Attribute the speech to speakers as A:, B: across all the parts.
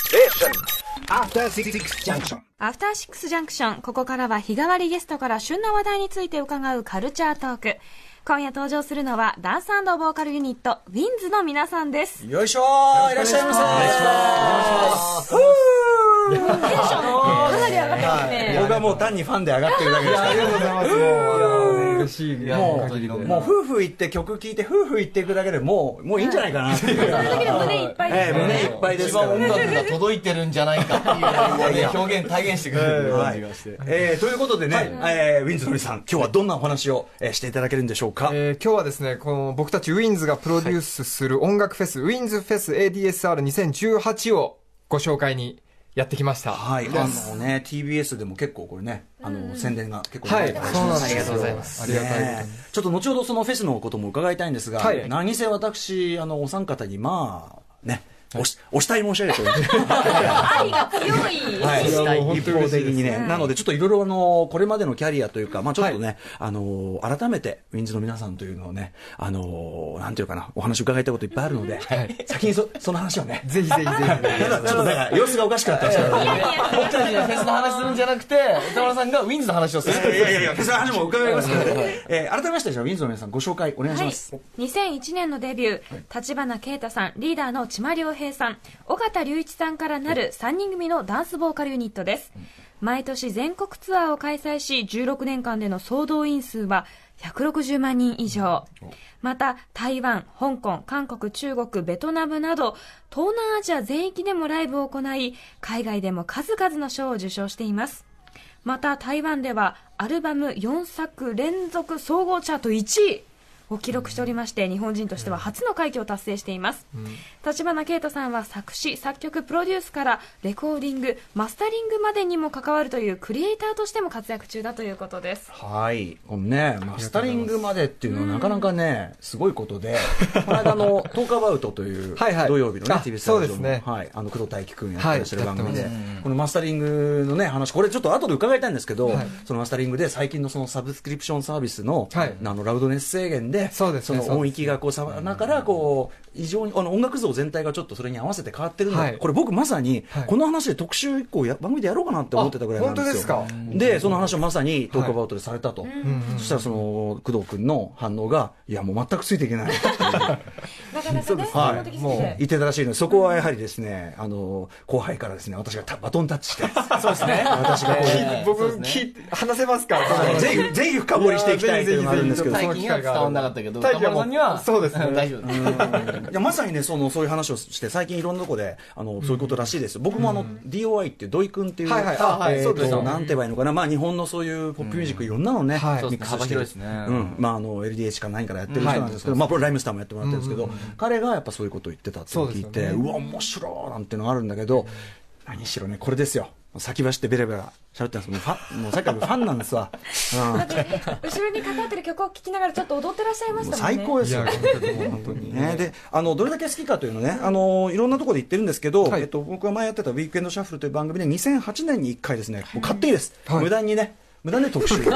A: Station.
B: After Six Junction.
C: アフターシックスジャンクション。ここからは日替わりゲストから旬な話題について伺うカルチャートーク。今夜登場するのはダンスボーカルユニット、ウィンズの皆さんです。
D: よいしょーいらっしゃいませ
C: テンションかなり上がってますね。
D: 僕はもう単にファンで上がってるだけです
E: ありがとうございます。もう、あの、嬉しい。
D: も
E: 限りの
D: う、もう夫婦行って曲聴いて、夫婦行っていくだけでもう、もういいんじゃないかなっていう。
C: その時で胸いっぱいです
D: ええ
C: ね。
D: 胸いっぱいですから
F: 一番音楽が届いてるんじゃないかっていう
D: いや
F: 表現体現してくれる感じがして、
D: えーということでね、えーウィンズのりさん、今日はどんなお話を、えーしていただけるんでしょうか。
E: えー今日はですね、この僕たちウィンズがプロデュースする音楽フェス、ウィンズフェス ADSR2018 をご紹介にやってきました。
D: はい、あのね、TBS でも結構これね、あの、宣伝が結構
E: は
D: 流
E: い
D: れてたり
E: そうなんです
F: あ
E: よ
F: りがとうございます
E: ありがたいことに
D: ねちょっと後ほどそのフェスのことも伺いたいんですが、
E: はい
D: 何せ私、あの、お三方に、まあ、ね、おし、お慕い申し上げております。
C: 愛が強い。
D: はい、
E: いやもう本
D: 一
E: 当に
D: 方
E: 嬉しい
D: 的
E: です
D: にね、なので、ちょっといろいろ、あのこれまでのキャリアというか、まあ、ちょっとね、あの改めて、ウィンズの皆さんというのをね、あのなんていうかな、お話伺いたいこといっぱいあるので、先にそその話を ね、
E: ぜひぜひぜひ。
D: ただちょっとなんか様子がおかしくなってますから、
F: 僕たちがフェスの話するんじゃなくて歌丸さんがウィンズの話をする
D: いやいやいや、その話も伺いますからね、えー改めまして、じゃあ、ウィンズの皆さん、ご紹介お願いし
C: はい、
D: ます。
C: 2001年のデビュー、立花啓太さん、リーダーの千葉良平さん、尾形隆一さんからなる3人組のダンスボーカルユニットです。毎年全国ツアーを開催し、16年間での総動員数は160万人以上。また、台湾、香港、韓国、中国、ベトナムなど、東南アジア全域でもライブを行い、海外でも数々の賞を受賞しています。また台湾ではアルバム4作連続総合チャート1位を記録しておりまして日本人としては初の快挙を達成しています立花啓太さんは作詞作曲プロデュースからレコーディングマスタリングまでにも関わるというクリエイターとしても活躍中だということです
D: はい、このね、マスタリングまでっていうのは、なかなかね、すごいこと で、この間の、トークアバウトという、
E: はいはい
D: 土曜日のね、
E: あ
D: TBS
E: そう
D: ラ
E: で
D: ジオ
E: す
D: の、
E: ね
D: はい、あの工藤大輝くんやってらっしゃる
E: は
D: 番
E: い
D: 組で、
E: やって
D: このマスタリングのね、話、これちょっと後で伺いたいんですけど、
E: はい
D: そのマスタリングで、最近のそのサブスクリプションサービスの、
E: はい
D: あのラウドネス制限で、
E: そうですね
D: の音域がこう、さながら、こう、異常に、あの音楽像全体がちょっとそれに合わせて変わってるので、
E: はい
D: これ僕まさに
E: は、い
D: この話で特集一個や、番組でやろうかなって思ってたぐらいなんですよ。
E: あ本当ですか
D: で、その話をまさにトークアバウトでされたと。
E: うん
D: そしたらその工藤君の反応が、いや、もう全くついていけない、
C: なかなかね
D: はい
C: 専門的すぎ
E: も
C: て
D: 言ってたらしいので、そこはやはりですね、あの後輩からですね、私がたバトンタッチして、そうですね、私がこういう
F: え
E: 僕、
F: そうです
E: 聞いて話せますか
D: ぜひ、ぜひ深掘りしていきたいというのがあるんですけど、
E: ぜ
F: 最近は伝わんなかったけど歌丸さんには
E: そうですね
F: 大丈夫です
D: いやまさにねそのそういう話をして最近いろんなとこであのそういうことらしいですよ僕もあの、DOI っていう土井君っていう、
E: はいはい
D: えー
E: あはい
D: と
E: そうですね
D: なんて言えばいいのかな、まあ、日本のそういうポップミュージックいろんなのね、
E: はい
D: ミックスして
F: そう
D: る
F: ですね幅広いですね
D: うんまあ、あの LDH か何からやってる人なんですけど、まあ、これライムスターもやってもらってるんですけど、彼がやっぱそういうことを言ってたっていうのを聞い
E: そう
D: てう,、
E: ですよ
D: わ面白いなんてのがあるんだけど、何しろねこれですよ先走ってベラベラ喋ってますもうファンもうさっきから僕ファンなんですわ、うん
C: だ って後ろにかかってる曲を聴きながらちょっと踊ってらっしゃいましたもんね
D: 最高ですよ、
E: いや
D: 本当にね。で、あのどれだけ好きかというのね、あのいろんなところで言ってるんですけど、
E: はい
D: えっと僕が前やってたウィークエンドシャッフルという番組で2008年に1回ですね、もう勝手にです、
E: はい
D: 無断にね、無断で特集、 無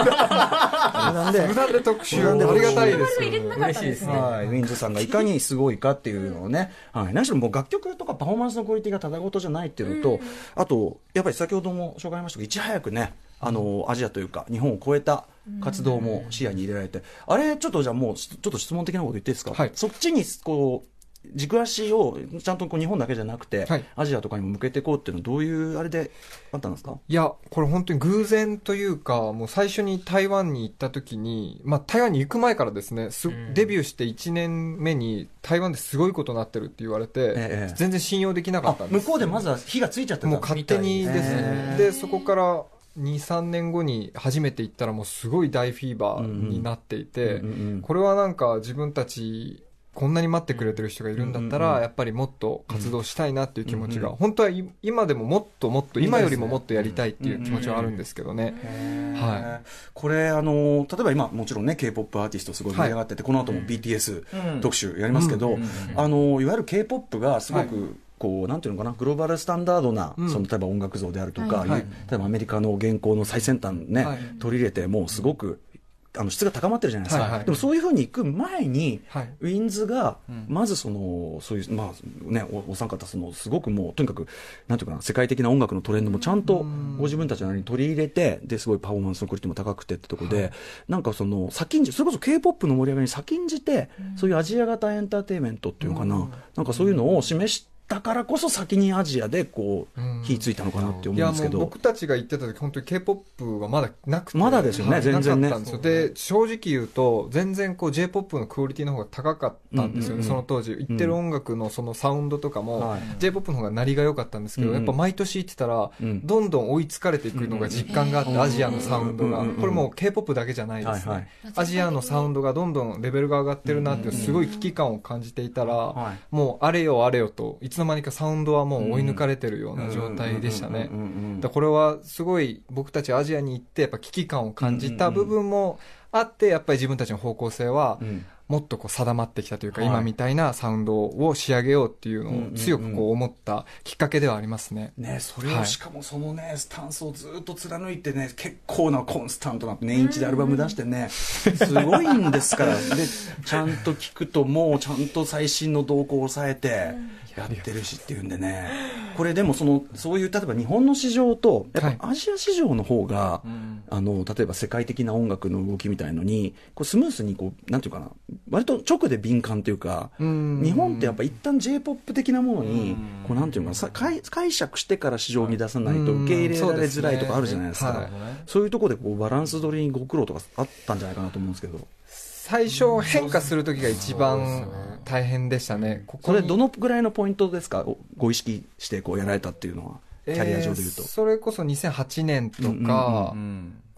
D: 断で
E: 無。駄で特集。
D: 無
E: あ
D: 断で特集
E: りがたいで
C: 入れて
E: す。
C: なかったんですね
D: はい、ウィンズさんがいかにすごいかっていうのをね、はい、何しろもう楽曲とかパフォーマンスのクオリティがただごとじゃないっていうのと、あと、やっぱり先ほども紹介しましたけど、いち早くね、あのアジアというか、日本を超えた活動も視野に入れられて、あれ、ちょっとじゃあもう、ちょっと質問的なこと言っていいですか、
E: はい
D: そっちにこう軸足をちゃんとこう日本だけじゃなくて、
E: はい
D: アジアとかにも向けていこうっていうのは、どういうあれであったんですか
E: いや、これ本当に偶然というか、もう最初に台湾に行った時に、まあ台湾に行く前からですね、すデビューして1年目に台湾ですごいことになってるって言われて、
D: ええ
E: 全然信用できなか
D: あ
E: ったんです
D: 向こうでまずは火がついちゃってた
E: もう勝手にですね。
D: で
E: で、そこから2、3年後に初めて行ったらもうすごい大フィーバーになっていて、
D: うんうんうんうん
E: これはなんか自分たち、こんなに待ってくれてる人がいるんだったら、
D: うんうんうん
E: やっぱりもっと活動したいなっていう気持ちが、
D: うんうん
E: 本当はい今でももっともっと、今よりももっとやりたいっていう気持ちはあるんですけどね。は
D: これあの例えば今もちろんね K-POP アーティストすごい盛り上がってて、この後も BTS 特集やりますけど、あのいわゆる K-POP がすごく、こうなんていうのかなグローバルスタンダードな、
E: うん
D: その例えば音楽像であるとか、
C: はい
E: はい
D: 例えばアメリカの現行の最先端ね、
E: はい
D: 取り入れてもうすごくあの質が高まってるじゃないですか、
E: はいはい
D: でもそういうふうに行く前に、
E: はい
D: ウィンズがまずそのそういう、まあね、おお三方そのすごくもうとにかくなんていうかな世界的な音楽のトレンドもちゃんとご自分たちなりに取り入れてですごいパフォーマンスのクオリティも高くてってとこで、なんかその先んじそれこそ k p o p の盛り上がりに先んじて、そういうアジア型エンターテインメントっていうのかな、なんかそういうのを示したからこそ先にアジアでこう、
E: うん
D: 火ついたのかなって
E: い
D: 思うん
E: や
D: ですけ
E: もう
D: ど。
E: 僕たちが行ってた時本当に k p o p はまだなくて
D: まだですよね
E: はい
D: 全然ね
E: なかったんですよで正直言うと全然こう j p o p のクオリティの方が高かったんです
D: うんう
E: よね、
D: んうん
E: その当時行ってる音楽のそのサウンドとかも、
D: はい
E: j p o p の方が鳴りが良かったんですけど、
D: うんうん
E: やっぱ毎年行ってたら、
D: うん
E: どんどん追いつかれていくのが実感があって、アジアのサウンドが、
D: うんうんうん
E: これもう k p o p だけじゃないですね、
D: はいはい
E: アジアのサウンドがどんどんレベルが上がってるなっていうすごい危機感を感じていたら、
D: はい
E: もうあれよあれよといつの間にかサウンドはもう追い抜かれてるような状態でしたね
D: うんうんうんうんうん
E: だからこれはすごい僕たちアジアに行ってやっぱ危機感を感じた部分もあってやっぱり自分たちの方向性は
D: うん
E: もっとこう定まってきたというか
D: はい
E: 今みたいなサウンドを仕上げようっていうのを強くこう思ったきっかけではありますね。
D: ね、それ
E: は
D: を
E: い
D: しかもそのね、スタンスをずっと貫いてね、結構なコンスタントな年一でアルバム出してね、すごいんです から、で、ちゃんと聞くと、もうちゃんと最新の動向を抑えて、やってるしっていうんでね、これでもその、そういう、例えば日本の市場と、やっぱアジア市場の方が、あの、例えば世界的な音楽の動きみたいのに、こうスムースにこう、なんていうかな、割と直で敏感というか、
E: うん
D: 日本ってやっぱ一旦 J-POP 的なものに、こうなんていうのかなさ解解釈してから市場に出さないと
E: うん
D: 受け入れられづらいとかあるじゃないですか、
E: そう
D: そう
E: で
D: い
E: す
D: う
E: ね
D: ところでこうバランス取りにご苦労とかあったんじゃないかなと思うんですけど、
E: 最初変化する時が一番大変でしたね。こ
D: そ
E: こに
D: れ、どのぐらいのポイントですか、おご意識してこうやられたっていうのは、キャリア上でいうと
E: えー。それこそ2008年とか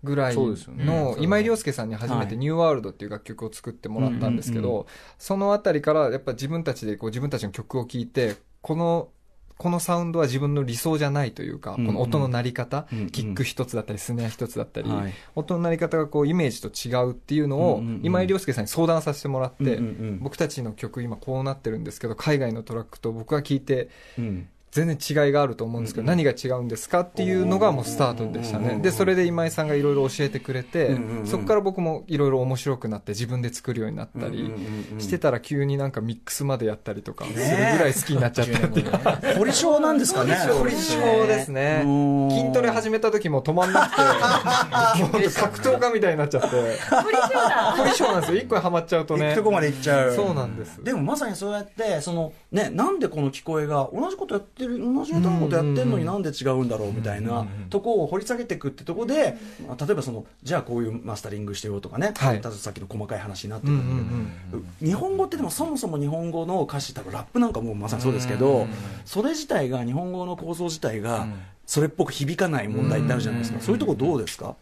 E: ぐらい
F: そうですよね
E: の
F: うん
E: 今井亮介さんに初め
D: は
E: て「
D: い
E: ニューワールドっていう楽曲を作ってもらったんですけ
D: うんうん
E: どそのあたりからやっぱ自分たちでこう自分たちの曲を聴いてこのこのサウンドは自分の理想じゃないというか、
D: うんうん
E: この音の鳴り方、
D: うんうん
E: キック一つだったり、スネア一つだったり、
D: はい
E: 音の鳴り方がこうイメージと違うっていうのを、
D: うんうんうん
E: 今井亮介さんに相談させてもらって、
D: うんうんうん
E: 僕たちの曲今こうなってるんですけど、海外のトラックと僕が聴いて、
D: うん
E: 全然違いがあると思うんですけど、何が違うんですかっていうのがもうスタートでしたね。で、それで今井さんがいろいろ教えてくれて
D: うんうんう、ん
E: そこから僕もいろいろ面白くなって自分で作るようになった
D: うん
E: り
D: うんうん
E: してたら急になんかミックスまでやったりとかするぐらい好きになっちゃったっていう。
D: 凝り性なんですかね、
E: 凝り性ですね
D: うん
E: 筋トレ始めた時も止まんなくて、もう格闘家みたいになっちゃって。
C: 鳥翔だ
E: 凝り性なんですよ。一個にハマっちゃうと
D: 行
E: ね
D: く。とこまで行っちゃう。
E: そうなんです。
D: でもまさにそうやってその、ね、なんでこの聞こえが同じことやってる同じ歌のことやってるのになんで違うんだろうみたいなとこを掘り下げていくってとこで、まあ例えばそのじゃあこういうマスタリングしてよとかね、
E: はい
D: たださっきの細かい話になって
E: う
D: く
E: ん
D: る
E: うん
D: だけど、日本語ってでもそもそも日本語の歌詞多分ラップなんかもまさにそうですけど、それ自体が日本語の構造自体がそれっぽく響かない問題ってあるじゃないですか、そういうとこどうですか、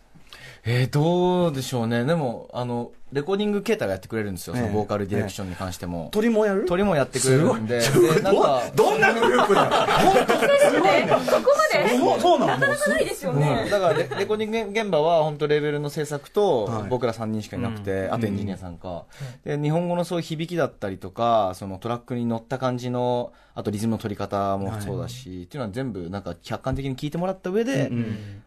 F: えー、どうでしょうね。でも、あの、レコーディング形態がやってくれるんですよ。その
D: ええ
F: ボーカルディレクションに関しても。
D: 鳥もやる
F: 鳥もやってくれるんで。で、なんか、
D: どんなグループだ よ
C: そこまで
D: そうそうな
C: なか
D: の
C: なかないですよ
F: うん
C: ね
F: だからレ レコーディング現場は本当レーベルの制作と
D: はい
F: 僕ら3人しかいなくて、あとエンジニアさんか、で日本語のそういう響きだったりとかそのトラックに乗った感じのあとリズムの取り方もそうだし、っていうのは全部なんか客観的に聞いてもらった上で、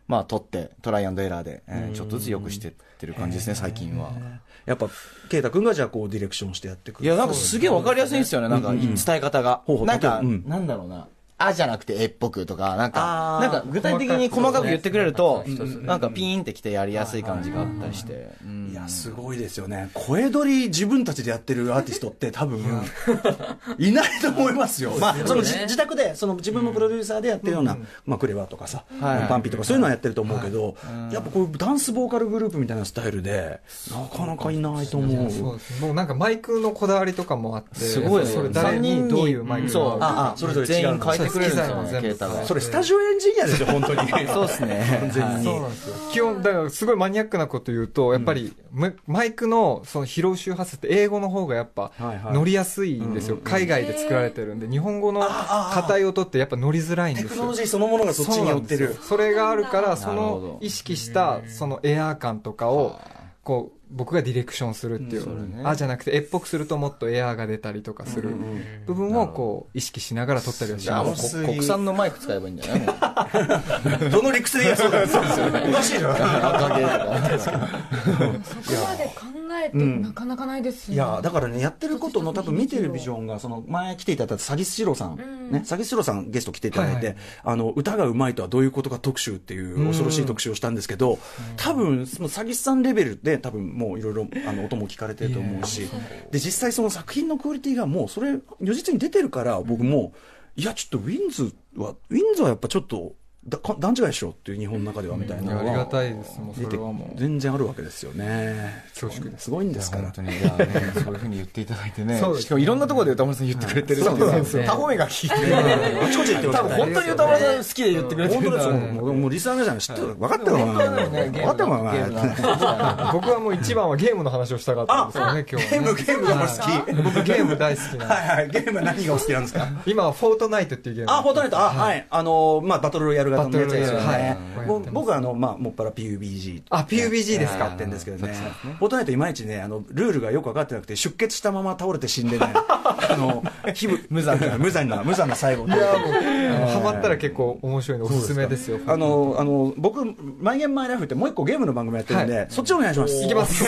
F: まあ取ってトライアンドエラーで、えーちょっとずつ良くしてってる感じですね最近は。
D: やっぱ圭太君がじゃあこうディレクションしてやってくる
F: いや、なんかすげえわかりやすいんですよね、なんか伝え方が。
D: ほうほう
F: なん
D: 例えば
F: か、
D: うん
F: なんだろうな。あじゃなくてえっぽくとか、なん
D: あ
F: か、
D: ー
F: なんか具体的に細かく言ってくれると、なんかピーンってきてやりやすい感じがあったりして。うん
D: いや、すごいですよね。声取り自分たちでやってるアーティストって多分、いないと思いますよ。まあ、そのじ自宅で、その自分のプロデューサーでやってるような、まあ、クレバーとかさ、
F: はい
D: パンピーとかそういうのはやってると思うけど、やっぱこういうダンスボーカルグループみたいなスタイルで、なかなかいないと思
E: そう
D: う。
E: ですもうなんかマイクのこだわりとかもあって、
F: すごいね。
E: それ誰にどういうマイクが合う
F: そう
E: か
D: ああそれぞれ違う
F: 全員変えてくれるんです
E: そう
F: よ
E: です
F: ね、ケータが。
D: それスタジオエンジニアですよ、本当に。
F: そうですね。完全
E: そうなんですよ。基本、だからすごいマニアックなこと言うと、やっぱり、むマイクのその拾う周波数って英語の方がやっぱ
D: はいはい
E: 乗りやすいんですよ。海外で作られてるんで、日本語の硬い音ってやっぱ乗りづらいんで
D: テ
E: す
D: クノロ
E: よ。
D: ジーそのものがそっちに寄って
E: そうな
D: る
E: んですよ。それがあるから、そ
F: なるほど
E: の意識したそのエアー感とかを、こう僕がディレクションするっていう、
F: うんそうだね
E: あじゃなくて絵っぽくするともっとエアーが出たりとかする部分をこう意識しながら撮ったりはし
F: じゃあ
E: ま
F: もう
E: す
F: こ国産のマイク使えばいいんじゃないもう
D: どの理屈で言えそうだおかしいじゃん
F: 赤毛とか
C: そこまで考えて
D: うん
C: なかなかないです
D: い
C: よね
D: やだからねやってることの多分見てるビジョンがその前来ていただいた詐欺師郎さん、
C: ん
D: ね詐欺師郎さんゲスト来ていただいて、
E: はい
D: あの歌がうまいとはどういうことか特集っていう恐ろしい特集をしたんですけど、多分その詐欺師さんレベルで多分もういろいろあの音も聞かれてると思うしで実際その作品のクオリティがもうそれ如実に出てるから僕もいやちょっとウィンズはウィンズはやっぱちょっとだか段違いでしょっていう日本の中ではみたい
E: い
D: な
E: やあ
D: の
E: りが
D: は
E: たいですもう
D: 出
E: そ
D: て
E: れはもう
D: 全然あるわけですよね
E: 恐縮です
D: すごいんですから
F: 本当にいやねそういうふうに言っていただいてね
E: そうですね
F: しかもいろんなところで歌丸さん言ってくれてるってい
E: そう
F: う
E: ですね
F: 他方面が聞いてる
D: あちこち行ってます
F: 多
D: ね
F: 分本当に歌丸さん好きで言ってくれて
D: 本
F: る
D: 当で
F: か
D: すよ、
F: ら
D: もうもうリスナーの皆さん知ってる分かってるのかな
F: ね
D: 分かってるのか
F: ゲームのゲームの
D: な
E: 僕はもう一番はゲームの話をしたかったんです よね今日はね
D: ゲームがお好き
E: 僕ゲーム大好きなんで
D: はいはいゲームは何がお好きなんですか
E: 今はフォートナイトっていうゲーム
D: あフォートナイトあはいあのまあバトルロイヤル型のやつですよ
E: バトルロイヤ
D: ね
E: ルはい
D: 僕僕はあのまあもっぱら PUBG
E: あ PUBG です
D: 使
E: か
D: ってんですけどねフォートナイトいまいちねあのルールがよく分かってなくて出血したまま倒れて死んでね あの気分無残な無残な無残な最後
E: いやもうハマったら結構面白いのおすすめですよ
D: あの、あの、僕、マイゲームマイライフってもう一個ゲームの番組やってるんで、そっちお願いします。
E: いきます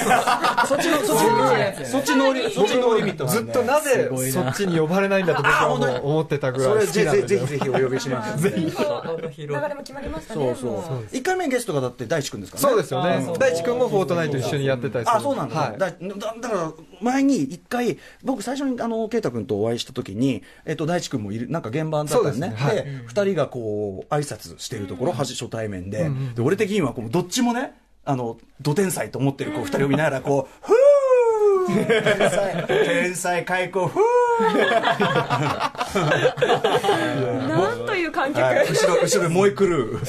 D: そっちの、そっちの、そっちのリ、そっちのリミット
E: ずっとなぜそっちに呼ばれないんだと僕はもう思ってたぐ
D: そ
E: ら
D: れ
E: い好き
D: ぜ
E: なん
D: ぜ
E: で
D: ぜひぜひお呼びします。ぜひ。
C: 流れも決まりましたね
D: そうそう
C: も。
D: 一回目ゲストがだって大地君ですからね。
E: そうですよね大地君もフォートナイト一緒にやってたりする
D: あそうなんだ,、
E: はい
D: だだだから前に一回僕最初にあの圭太君とお会いした時に、えっと、大地君もいるなんか現場だったんですね
E: そうですね
D: で二人がこう挨拶してるところ、初初対面で,、で俺的にはこうどっちもねあのど天才と思ってるこう二人を見ながらこう「ふう天才天才開口ふう
C: なんという観客、
D: はい後ろ後ろで燃え狂 う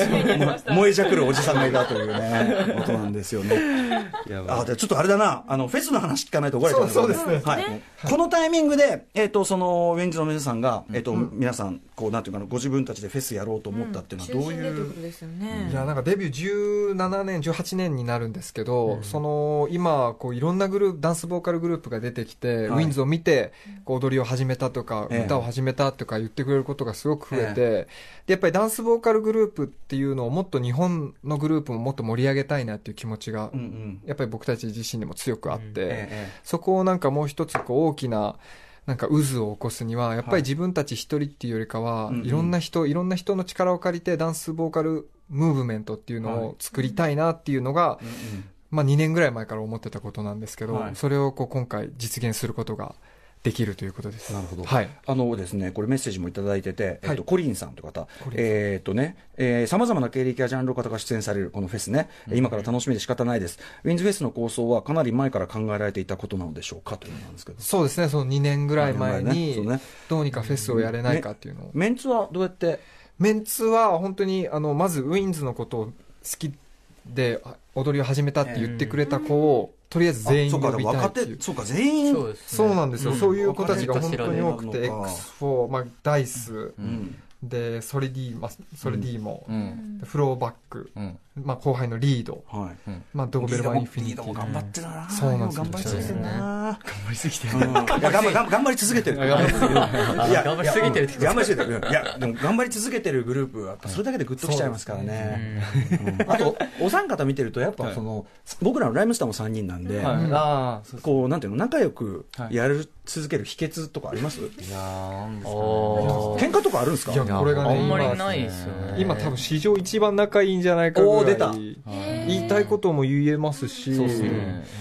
D: 燃えじゃくるおじさんがいたというねことなんですよねあでちょっとあれだなあのフェスの話聞かないと怒られちゃう
E: そう
D: ねはい、このタイミングで、えっとそのウェンズの皆さんが、えっと皆さんこうなんていうかなご自分たちでフェスやろうと思ったっていうのはどう
C: 中心でと
D: いうう、
C: ことですよね
E: いやなんかデビュー17年18年になるんですけど、その今こういろんなグループダンスボーカルグループが出てきて、
D: はい
E: ウィンズを見てこう踊りを始めたとか、
D: ええ
E: 歌を始めたとか言ってくれることがすごく増えて、でやっぱりダンスボーカルグループっていうのをもっと日本のグループももっと盛り上げたいなっていう気持ちが、
D: うんうん
E: やっぱり僕たち自身にも強くあって、
D: ええ
E: そこをなんかもう一つこう大きななんか渦を起こすにはやっぱり自分たち一人っていうよりかは、
D: うんうん
E: いろんな人いろんな人の力を借りてダンスボーカルムーブメントっていうの
D: はい
E: を作りたいなっていうのが、
D: ええうんうん
E: まあ、2年ぐらい前から思ってたことなんですけど、
D: はい
E: それをこう今回実現することができるということです。
D: なるほど
E: はい、
D: あのですね、これメッセージもいただいてて、えっ
E: は
D: と、
E: い
D: コリンさんという方
E: コリンさん、
D: えっとね、さまざまな経歴やジャンルの方が出演されるこのフェスね、今から楽しみで仕方ないです。ウィンズフェスの構想はかなり前から考えられていたことなのでしょうかというのなんですけど。
E: そうですねその2年ぐらい前
D: 二年前ねそ
E: に
D: うね
E: どうにかフェスをやれないかっていうのを、
D: メンツはどうやって
E: メンツは本当にあのまずウィンズのことを好きであ踊りを始めたって言ってくれた子を、とりあえず全員
D: あそう
E: 呼
D: か
E: びたい
D: 若
E: っていう
D: 手そうか全員
A: そうですね
E: そうなんですよ、そういう子たちが
A: 若
E: 本
A: 手
E: 当
A: と知ら
E: に
A: れ
E: 多くて
D: なのか
E: X4、まあ、ダイス、
D: うん
E: でソレディまあソレディも、
F: うん
E: フローバック、
F: うん
E: まあ、後輩のリード、
D: はい
E: まあ、ドーベルマンインフィニティ
D: リードも頑張ってたな
E: そうなんですよ
D: 頑張り続けてるな
F: 頑張りすぎて
D: うんいや頑張頑張頑張り続けてるいや
A: 頑張りすぎてるってこ と
D: 頑張りすぎてるいやでも頑張り続けてるグループはやっぱそれだけでグッときちゃいますからねうんあとお三方見てるとやっぱその僕らのライムスターも3人なんで
F: はいああそう
D: こうなんていうの仲良く
F: はい
D: やる続ける秘訣とかあります
F: いやーなんですか
A: お
D: 喧嘩とかあるんですか
E: いやこれが
A: あ
E: ね
A: んまり
E: 今
A: ないですよね
E: 今多分史上一番仲いいんじゃないかぐらい
D: おー出た
E: 言いたいことも言えますし
F: そうですね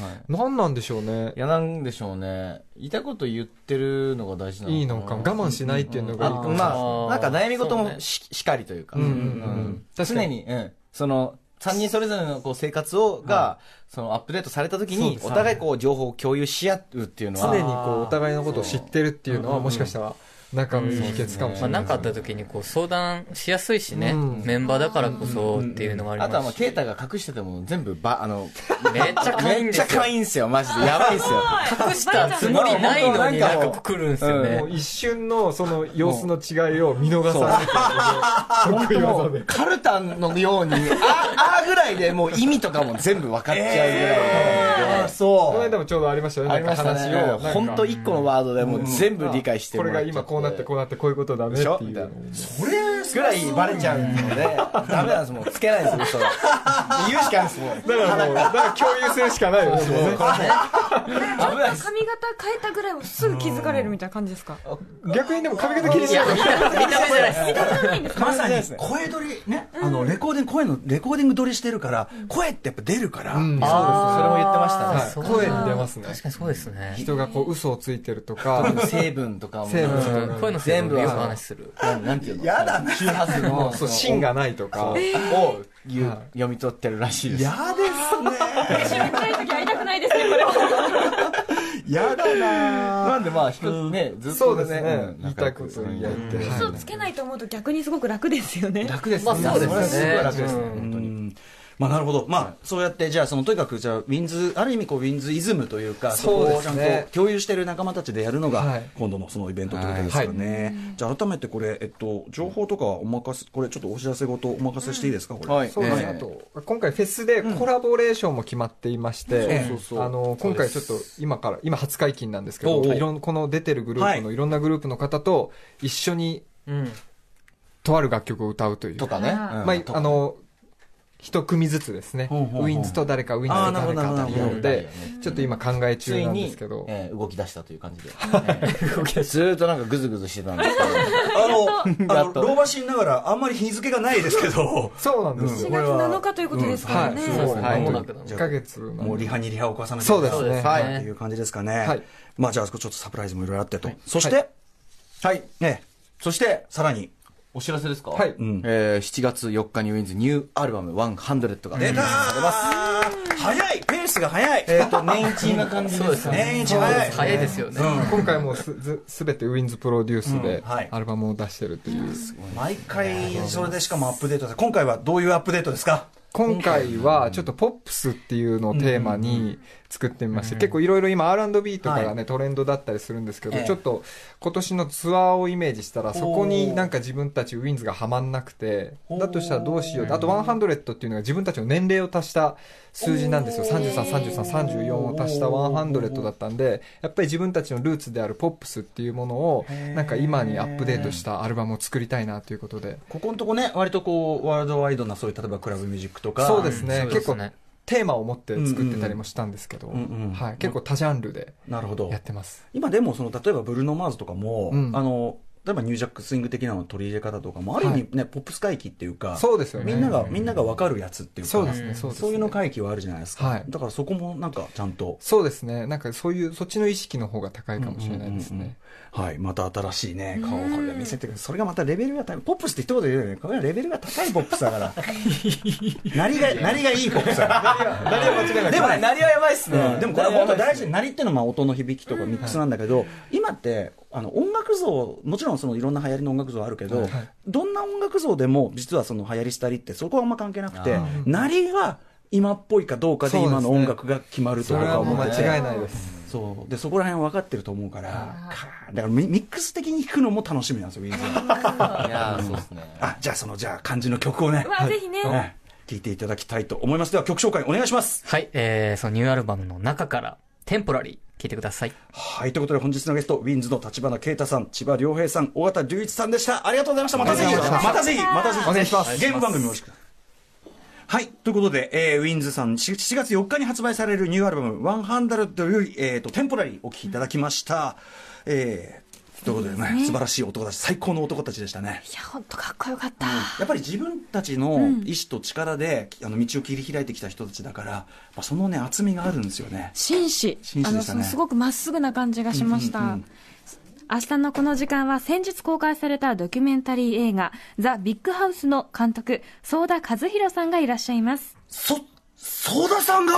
F: はい
E: 何なんでしょうね
F: いやなんでしょうね言いたいこと言ってるのが大事なのかない
E: いのか我慢しないっていうのがいいか
F: あ
E: もしれない
F: まあなんか悩み事
A: そう
F: も
A: ね
F: ししかりというか
E: うんうん
F: うん
E: 確か
F: 常
E: に
F: にうんその3人それぞれのこう生活をがそのアップデートされた時にお互いこう情報を共有し合うっていうのは
E: 常にこうお互いのことを知ってるっていうのはもしかしたらなんかの秘訣かもし
A: まあ、
E: れないです
A: な
E: ね
A: かあった時にこう相談しやすいしね、
E: うん
A: メンバーだからこそっていうのもありま
F: あ
A: す
F: とはまあ、
A: し
F: ケイタが隠してても全部ば、あの、
A: めっ ちゃ可愛いん
F: めっ
A: で
F: ちゃ
A: す
F: 可
A: よ。
F: 愛いんですよ、マジで。やばいんですよ。
C: 隠した
A: つもりないのになん
F: もう
A: か来るんですよ
F: うん
E: も
A: ね
E: う。一瞬のその様子の違いを見逃さない
F: 本当もうカルタのように、あ、あぐらいでもう意味とかも全部分かっちゃうぐらい。
D: あそ
E: この間もちょうどありましたよね
F: ありました
E: な
F: ね
E: んか話を。
F: 本当一個のワードでもう全部理解して
E: こ
F: も
E: れ
F: らっ
E: が
F: ちゃ
E: 今こうなってこうなってこういうことだねっ
F: で
E: て
F: しょ
E: い
F: み
E: う
F: たいな
E: のを
F: ぐらいバレちゃうので、ダメなんですもうつけないんですよ、嘘 は。言うしかないですもん。
E: だからもうだから共有するしかないよねもうね
F: 危ないです。
C: 髪型変えたぐらいはすぐ気づかれるみたいな感じですか
E: 逆にでも髪型気にしない
D: まさに声取りね、あのレコーディング声のレコーディング取りしてるから声ってやっぱ出るから、
A: あー
F: それも言ってましたね
E: はい声に出ますね
A: 確かにそうですね。
E: 人がこう嘘をついてるとか
F: 成分とかも。
E: 成分
A: う
E: と
A: ん、こういうの全部よく話する。
F: なんなんていうのやだな。周波数の、
E: そう芯がないとか
F: を言う読み取ってるらしいです。
D: 嫌です
C: 会
D: ね
C: いたい時会いたくないですねこれ
D: 嫌だな
F: なんでまあ、ひとね、ずっと
E: そうですね
F: ん
E: 言いたいこと言い合ってはい
C: 嘘つけないと思うと逆にすごく楽ですよね
F: 楽です
A: まあそうですね
F: れはすごい楽ですね
A: うん
F: 本当に。
D: うんまあなるほど、まあ、そうやって、じゃあそのとにかくじゃあウィンズ、ある意味こうウィンズイズムというか、そこ
E: そう
D: を
E: で
D: ちゃ
E: す
D: ん
E: ね
D: と共有している仲間たちでやるの
E: は
D: が
E: い、
D: 今度のそのイベントということですよね、じゃあ改めてこれ、えっと、情報とかお任せ、これ、ちょっとお知らせごとお任せしていいですか、これ。
F: はい
E: そうですね、
F: ええ
E: あと今回フェスでコラボレーションも決まっていまし
D: そ
E: て、
D: うそうそう
E: あの今回ちょっと今から今初解禁なんですけど
D: おうおう
E: いろんこの出てるグループ
D: は
E: のいろんなグループの方と一緒に
A: うん。
E: とある楽曲を歌うという
F: とかね。
C: あ
E: まあ、あの一組ずつですね
D: ほうほうほう
E: ウィンズと誰かウィンズ
D: あー
E: と
D: なるほ
E: 誰
D: ど
E: かというの
F: なる
E: で
F: ほ
E: ちょっと今考え
F: つ
E: 中
F: い
E: なんで
F: に
E: すけど、、
F: えー動き出したという感じで。動き出ずーっとなんかグズグズしてたんです
D: あの、あ
F: や
D: の
F: っと
D: 老婆心ながら、あんまり日付がないですけど
E: そうなんです
C: 4
E: よ、
C: 月7日ということですからね、
E: はい、
A: そうですね
E: はい、
A: 間もなくだ
E: 1ヶ月なんで
D: もうリハにリハを重ねて、
E: そうですね
A: そうですね
D: はい、っていう感じですかね。
E: はい
D: まあ、じゃあ、ちょっとサプライズもいろいろあってと、そし
E: は
D: て、
F: はい。
D: ね、
F: そして、
D: さらに、
F: お知らせですか
E: はい
D: うん
F: えー7月4日にウィンズニューアルバム100が
D: 出たー早いペースが早い
E: えーと年
F: 一な感じですね
D: 年一早い
A: 早いですよね。
E: 今回もすずすべてウィンズプロデュース
D: うん
E: で
D: はい
E: アルバムを出してるという、
D: 毎回それでしかもアップデートです今回はどういうアップデートですか
E: 今回はちょっとポップスっていうのをテーマに作ってみまして、結構いろいろ今 R&B とかがね、トレンドだったりするんですけど、
D: ええ
E: ちょっと今年のツアーをイメージしたらそこになんか自分たちウィンズがはまんなくてだとしたらどうしようあと100っていうのが自分たちの年齢を足した数字なんですよ333334を足した100だったんでやっぱり自分たちのルーツであるポップスっていうものをなんか今にアップデートしたアルバムを作りたいなということで。
D: ここのとこね割とこうワールドワイドなそういう例えばクラブミュージックとか
E: そうですね
A: そうですね
E: テーマを持って作ってたりもしたんですけど、
D: んうん
E: はい、結構多ジャンルで
D: なるほど
E: やってます。
D: 今でもその例えばブルーノ・マーズとかも、
E: うん
D: あの例えばニュージャックスイング的なのの取り入れ方とかもある意味ね、ポップス回帰っていうか
E: そうですよ
D: み
E: ね。
D: んなが、みんなが分かるやつっていうか
E: そうですね、そうですね。
D: そういうの回帰はあるじゃないですか、
E: はい
D: だからそこもなんかちゃんと
E: そうですね。なんかそういう、そっちの意識の方が高いかもしれないですね。
D: はい、また新しいね、顔を見せてくる。それがまたレベルが高い。ポップスって一言で言うよね。これはレベルが高いポップスだから。なりが、なりがいいポップスだから。
E: 誰も間違いなく
D: でもね、
F: なりはやばいっす
D: うん
F: ね。
D: でもこれ本当大事なりっていうのはまあ音の響きとかミックスなんだけど、今ってあの音楽像もちろんそのいろんな流行りの音楽像あるけど、どんな音楽像でも実はその流行りしたりってそこはあんま関係なくて
F: あ
D: なりが今っぽいかどうかで今の音楽が決まると
E: そ
D: 僕
E: れ
D: は
E: は
D: 思
E: もう
D: ってて
E: 間違いないです。
D: そうでそこら辺は分かってると思うからかだからミミックス的に弾くのも楽しみなんですよウィンズは
F: いやーそうですね。
D: あじゃあそのじゃあ漢字の曲をね
C: うわ、ぜひね、
D: ね聴いていただきたいと思いますでは曲紹介お願いします
A: はい、えー、そのニューアルバムの中から、テンポラリー、聞いてください。
D: はいということで本日のゲストウィンズの立花啓太さん千葉良平さん尾形隆一さんでしたありがとうございましたまたぜひ
E: ありがとうございました
D: またぜひまたぜひ
E: お願いします
D: ゲーム番組もよろしくはい。ということで、えー、ウィンズさん、し7月4日に発売されるニューアルバム、ワンハンダルという、えー、と、テンポラリーお聴きいただきました。えー、ということでね、素晴らしい男たち、最高の男たちでしたね。
C: いや本当かっこよかった、
D: やっぱり自分たちの意志と力で、あの道を切り開いてきた人たちだから、やっぱそのね、厚みがあるんですよね。
C: 紳士
D: 紳士
C: あ
D: で
C: の
D: した
C: そ
D: ね
C: のすごくまっすぐな感じがしました、
D: うんうんうん
C: 明日のこの時間は先日公開されたドキュメンタリー映画「ザ・ビッグハウス」の監督相田和弘さんがいらっしゃいます
D: そ、相田さんが